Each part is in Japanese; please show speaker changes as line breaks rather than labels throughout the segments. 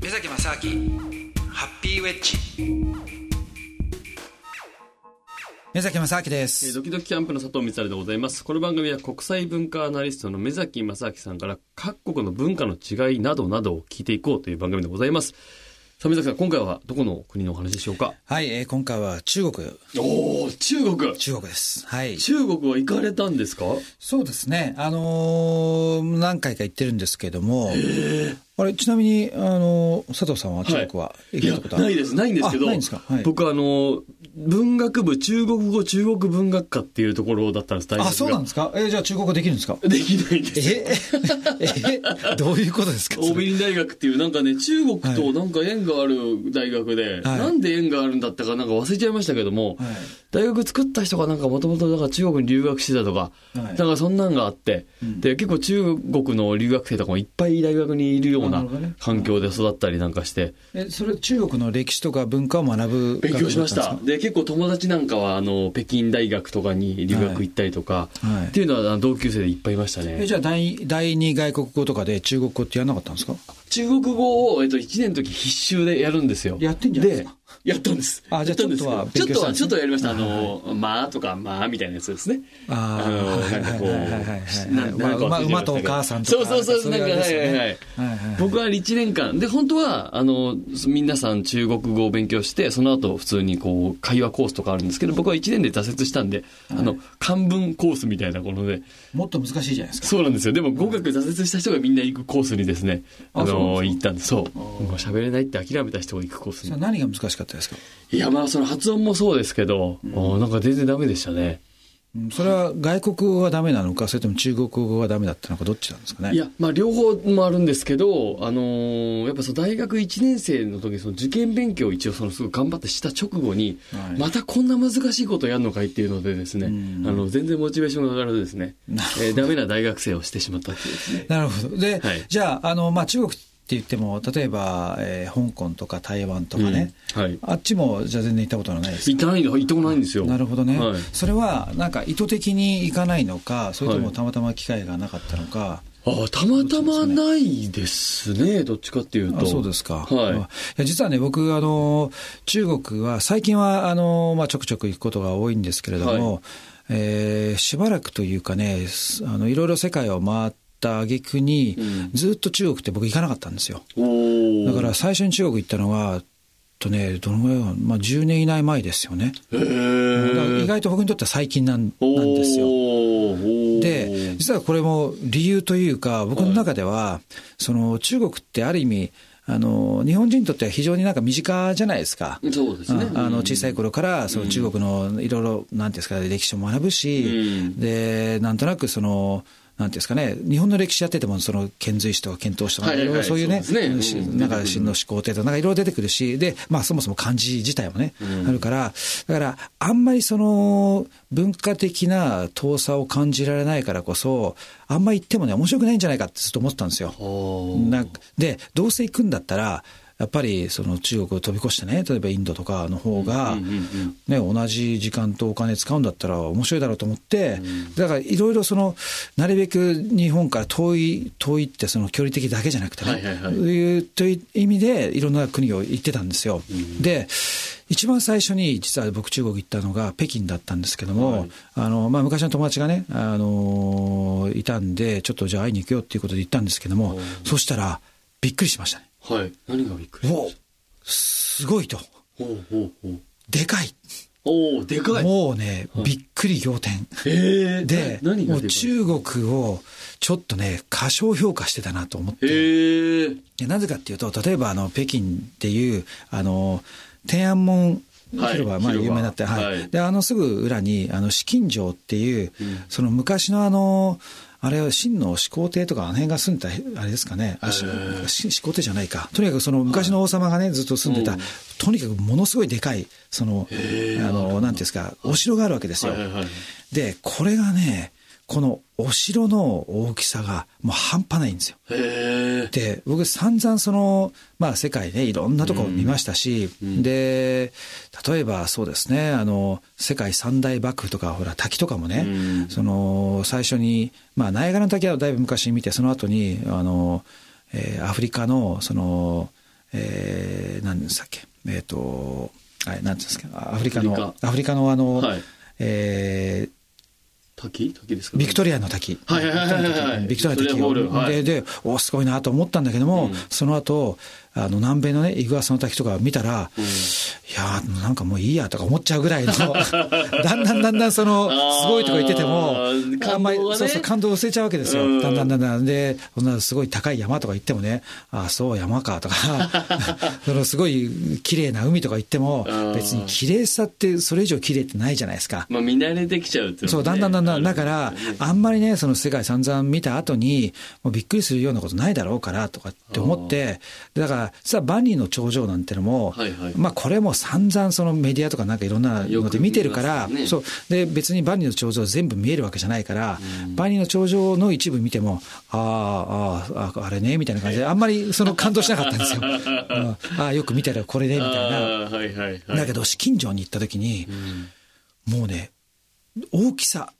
目崎正明ハッピーウェッジ目崎正明で
えー
す
ドキドキキャンプの佐藤光晴でございます。この番組は国際文化アナリストの目崎正明さんから各国の文化の違いなどなどを聞いていこうという番組でございます。さあ、目崎さん、今回はどこの国のお話でしょうか
はい、えー今回は中国
おお中国
中国ですはい
中国は行かれたんですか
そうですねあのー何回か行ってるんですけどもあれちなみに、あのー佐藤さんは中国は行
い
かれ
や
たこと、は、
ないです。ないんですけど。
あないんですかはい
僕、あの、文学部、中国語、中国文学科っていうところだったんです、大学が
あそうなんですかえーじゃあ中国語できるんですか
できないんです。
ええどういうことですかそ
桜
れ
美林大学っていうなんかね中国となんか縁がある大学で、
はい
なんで縁があるんだったかなんか忘れちゃいましたけども、
はい
大学作った人がなんかもともと中国に留学してたとか、
はい
なんかそんなんがあって、
ん
で結構中国の留学生とかもいっぱい大学にいるよう
あな
な
るほどね
環境で育ったりなんかして
えそれ中国の歴史とか文化を学ぶ
勉強しまし
学
た
部だっんで
で結構友達なんかはあの北京大学とかに留学行ったりとか、
すかはい
っていうのはあの同級生でいっぱいいましたね
えじゃあ第第二外国語とかで中国語ってやらなかったんですか
中国語を、えっと、1年の時必修でやるんですよ。
やってんじゃないですか
で やったんです。
あじゃあちょっとは
やたんですけどちょっとは、
勉強したんですね
ちょっとやりました。あの、まあとか、まあみたいなやつですね。
あー
の、なんかこ、
はいはいはいはいはいう
なんなんか忘れちゃいま
ま
したけど
馬とお母さんとか
そうそうそう、
な
なんん
か
か、
そういうあれですよね
はいはいはい。
はいはいはい
僕は1年間。で、本当は、あの、皆さん中国語を勉強して、その後普通にこう、会話コースとかあるんですけど、僕は1年で挫折したんで、あの、漢文コースみたいなもので、
もっと難しいじゃないですか
そうなんですよ。でも合格挫折した人がみんな行くコースにですね、
あそうなん
あ
です
の
か
行ったんです。そう。もう喋れないって諦めた人が行くコース
それ
に。
何が難しかったですか、
いや、まあその発音もそうですけど、おなんか全然ダメでしたね。
うんそれは外国語がダメなのかそれとも中国語がダメだったのかどっちなんですかね
いや、まあ両方もあるんですけど、あのーやっぱその大学1年生の時、その受験勉強を一応そのすごい頑張ってした直後に、
はい
またこんな難しいことやるのかいっていうのでですね、
うん
あの、全然モチベーションが上がらずですね、え
なるほど
ーダメな大学生をしてしまったっていうですね。
なるほどで、
はい
じゃああの、まあ、中国って言っても例えば、えー香港とか台湾とかね、
うんはい
あっちもじゃあ全然行ったことのないです
行ったないんだ、行ったことないんですよ。
なるほどね、
はい
それはなんか意図的に行かないのかそれとも
はい
たまたま機会がなかったのか、
あたまたまないですね、どっちかっていう
あ
と。
そうですか、
はい
いや実はね僕あの中国は最近はあの、まあ、ちょくちょく行くことが多いんですけれども、
は
えーしばらくというかねすあのいろいろ世界を回った挙句に、
うん
ずっと中国って僕行かなかったんですよ
おー
だから最初に中国行ったのはえっとねどのぐらいは、まあ、10年以内前ですよね
へ
だから
ー
意外と僕にとっては最近なん
おー
なんですよ
おー
で実はこれも理由というか僕の中では、その中国ってある意味あの日本人にとっては非常になんか身近じゃないですか。
そうですね。
うんあの小さい頃からその中国のいろいろなんていうんですか歴史も学ぶし、
うん
でなんとなくその。なんていうんですかね、日本の歴史やっててもその遣隋使とか遣唐使とか
はいはいい
ろ
はい
いろそういうね
そうですねうん
し
出てくる
なんか秦の始皇帝とかなんかいろいろ出てくるしで、まあ、そもそも漢字自体もね、
うん
あるからだからあんまりその文化的な遠さを感じられないからこそあんまり行ってもね面白くないんじゃないかってずっと思ってたんですよ。
な
なんかでどうせ行くんだったらやっぱりその中国を飛び越してね例えばインドとかの方が、
うんうんうん
ね、同じ時間とお金使うんだったら面白いだろうと思って、だからいろいろそのなるべく日本から遠い遠いってその距離的だけじゃなくてね、
はいはいはい
いうという意味でいろんな国を行ってたんですよ。で一番最初に実は僕中国行ったのが北京だったんですけども、
はい
あのまあ、昔の友達がね、あのいたんでちょっとじゃあ会いに行くよっていうことで行ったんですけども、
はい
そしたらびっくりしましたね。
はい。何がびっくりしま
お
し
すごいと
たおーおーおー
でかい
おーでかい。
もうね、びっくり仰天。
へー
で、
な何が
も
で
う
かい
中国をちょっとね、過小評価してたなと思って。
へー
でなぜかっていうと、例えばあの、北京っていう、あの、天安門
はい
広場、まあ
広場
有名になって、はい。
はい
で、あのすぐ裏に、あの、紫禁城っていう、
うん
その昔のあの、あれは秦の始皇帝とかあの辺が住んでた、あれですかね。あし
へー
し始皇帝じゃないか。とにかくその昔の王様がね、ずっと住んでた、
うん
とにかくものすごいでかい、その、あ
へー
の、なんていうんですか、お城があるわけですよ。
はいはいはい。
で、これがね、このお城の大きさがもう半端ないんですよ。
へー
で、僕散々その、まあ世界ね、いろんなとこを見ましたし、
うん
で、例えばそうですね、あの、世界三大幕府とか、ほら、滝とかもね、
うん
その、最初に、まあ、ナイアガラの滝はだいぶ昔に見て、その後に、あの、えーアフリカのその、えー、何でしたっけえっ、とあれなんていうんですかアフリカの
ア
ア
フリ
フリカのあの、
はい
えー
滝滝ですか
ビクト
リ
リアの滝。
はいはいはいはいはい
ビクトリアの滝
ビクトリアホールはい
で、で、おすごいなと思ったんだけども、
うん
その後、あの、南米のね、イグアスの滝とか見たら、
うん
いやーなんかもういいやとか思っちゃうぐら いの、だんだんだんだんその、
あー
すごいとか言ってても
感動、がね
あんまり、そうそう、感動を忘れちゃうわけですよ。
うん
だんだんだんだん。で、そんなすごい高い山とか行ってもね、あーそう、山かと か、そのすごい綺麗な海とか行っても
あー、
別に綺麗さって、それ以上綺麗ってないじゃないですか。
まあ見慣れてきちゃうっていのもね
そう、だんだんだんだん、だから、あんまりね、その世界散々見た後に、もうびっくりするようなことないだろうからとかって思って、でだから、実はバニーの頂上なんてのも、
はいはい
まあこれも散々そのメディアとかなんかいろんなので見てるから、
よく見ますね
そう、で、別にバニーの頂上全部見えるわけじゃないから、バニーの頂上の一部見ても、あーあー、ああれね、みたいな感じで、あんまりその感動しなかったん ですよ。うんああ、よく見たらこれね、みたいな。
あーはいはいはい
だけど、紫金城に行った時に、もうね、大きさ、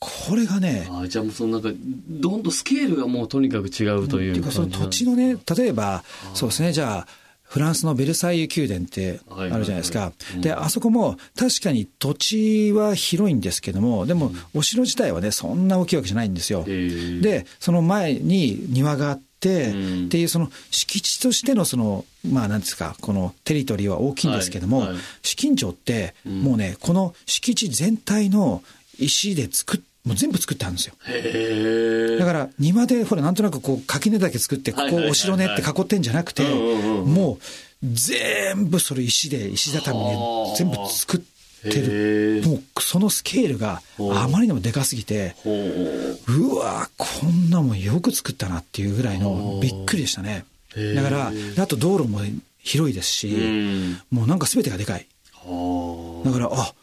これがね、
あーじゃあもうそのなんかどんとスケールがもうとにかく違うと
って
い
いううか
感じ
そ
な
の
んだ
土地のね、例えば、そうですね、じゃあ、フランスのベルサイユ宮殿ってあ
はい
るじゃないです
はい
か
はいうん。
で、あそこも確かに土地は広いんですけども、でもお城自体はね、そんな大きいわけじゃないんですよ。
へー
で、その前に庭があって、
うん
っていうその敷地としてのその、まあなんですか、このテリトリーは大きいんですけども、
はいはい
紫禁城って、もうね、この敷地全体の石で作っ、もう全部作ってあるんですよ。
へえ
だから庭でほらなんとなくこう垣根だけ作ってこ
はい
こ
はいはいはい
お城ねって囲ってんじゃなくて
うんうんうん
もう全部それ石で石畳で
はあ
全部作って
へえ
るもうそのスケールがあまりにもでかすぎて
ほう
うわこんなもんよく作ったなっていうぐらいのびっくりでしたね
へえ
だからであと道路も広いです
う
し
ん
もうなんか全てがでかい
は
だから、あ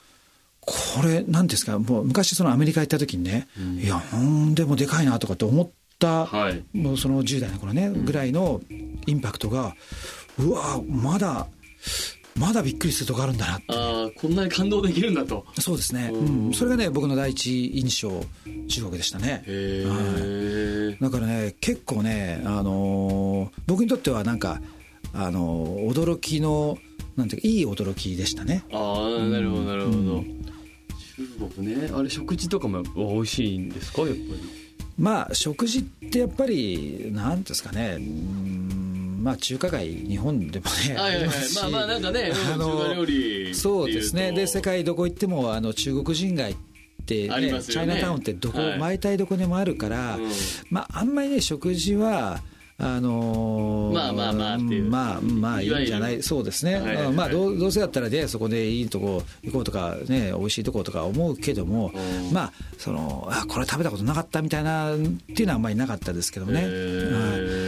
これ、なんていうんですか、もう昔、そのアメリカ行った時にね、いや、うん、でもでかいなとかって思った、
はい
もうその10代の頃ね、ぐらいのインパクトが、うわ、まだ、まだびっくりするとこあるんだなって
ああーこんなに感動できるんだと
そうですね、うん、それがね、僕の第一印象、中国でしたね。
へ
はい
え
だからね結構ね、あのー僕にとってはなんか、あのー驚きのなんていうかいい驚きでしたね。
ああなるほどなるほど中国ねあれ食事とかも美味しいんですかやっぱり
まあ食事ってやっぱりなんですかねうーんまあ中華街日本でもね
はいはい
り
はい
すし
まあまあなんかねうん
あの
中華料理っていうと
そうですねで世界どこ行ってもあの中国人街って、
あります
チャ
よね
イナタウンってどこ、
はい
毎体どこでもあるから、
うん
まああんまりね食事はあのー
まあまあまあっていう
まあまあい
いわ
い
ゆる
んじゃないそうですね、
はい
うんま
は
あ
い
どうどうせだったらでそこでいいとこ行こうとかね美味しいとことか思うけども、
うん
まあそのあこれ食べたことなかったみたいなっていうのはあんまりなかったですけどもね、
へー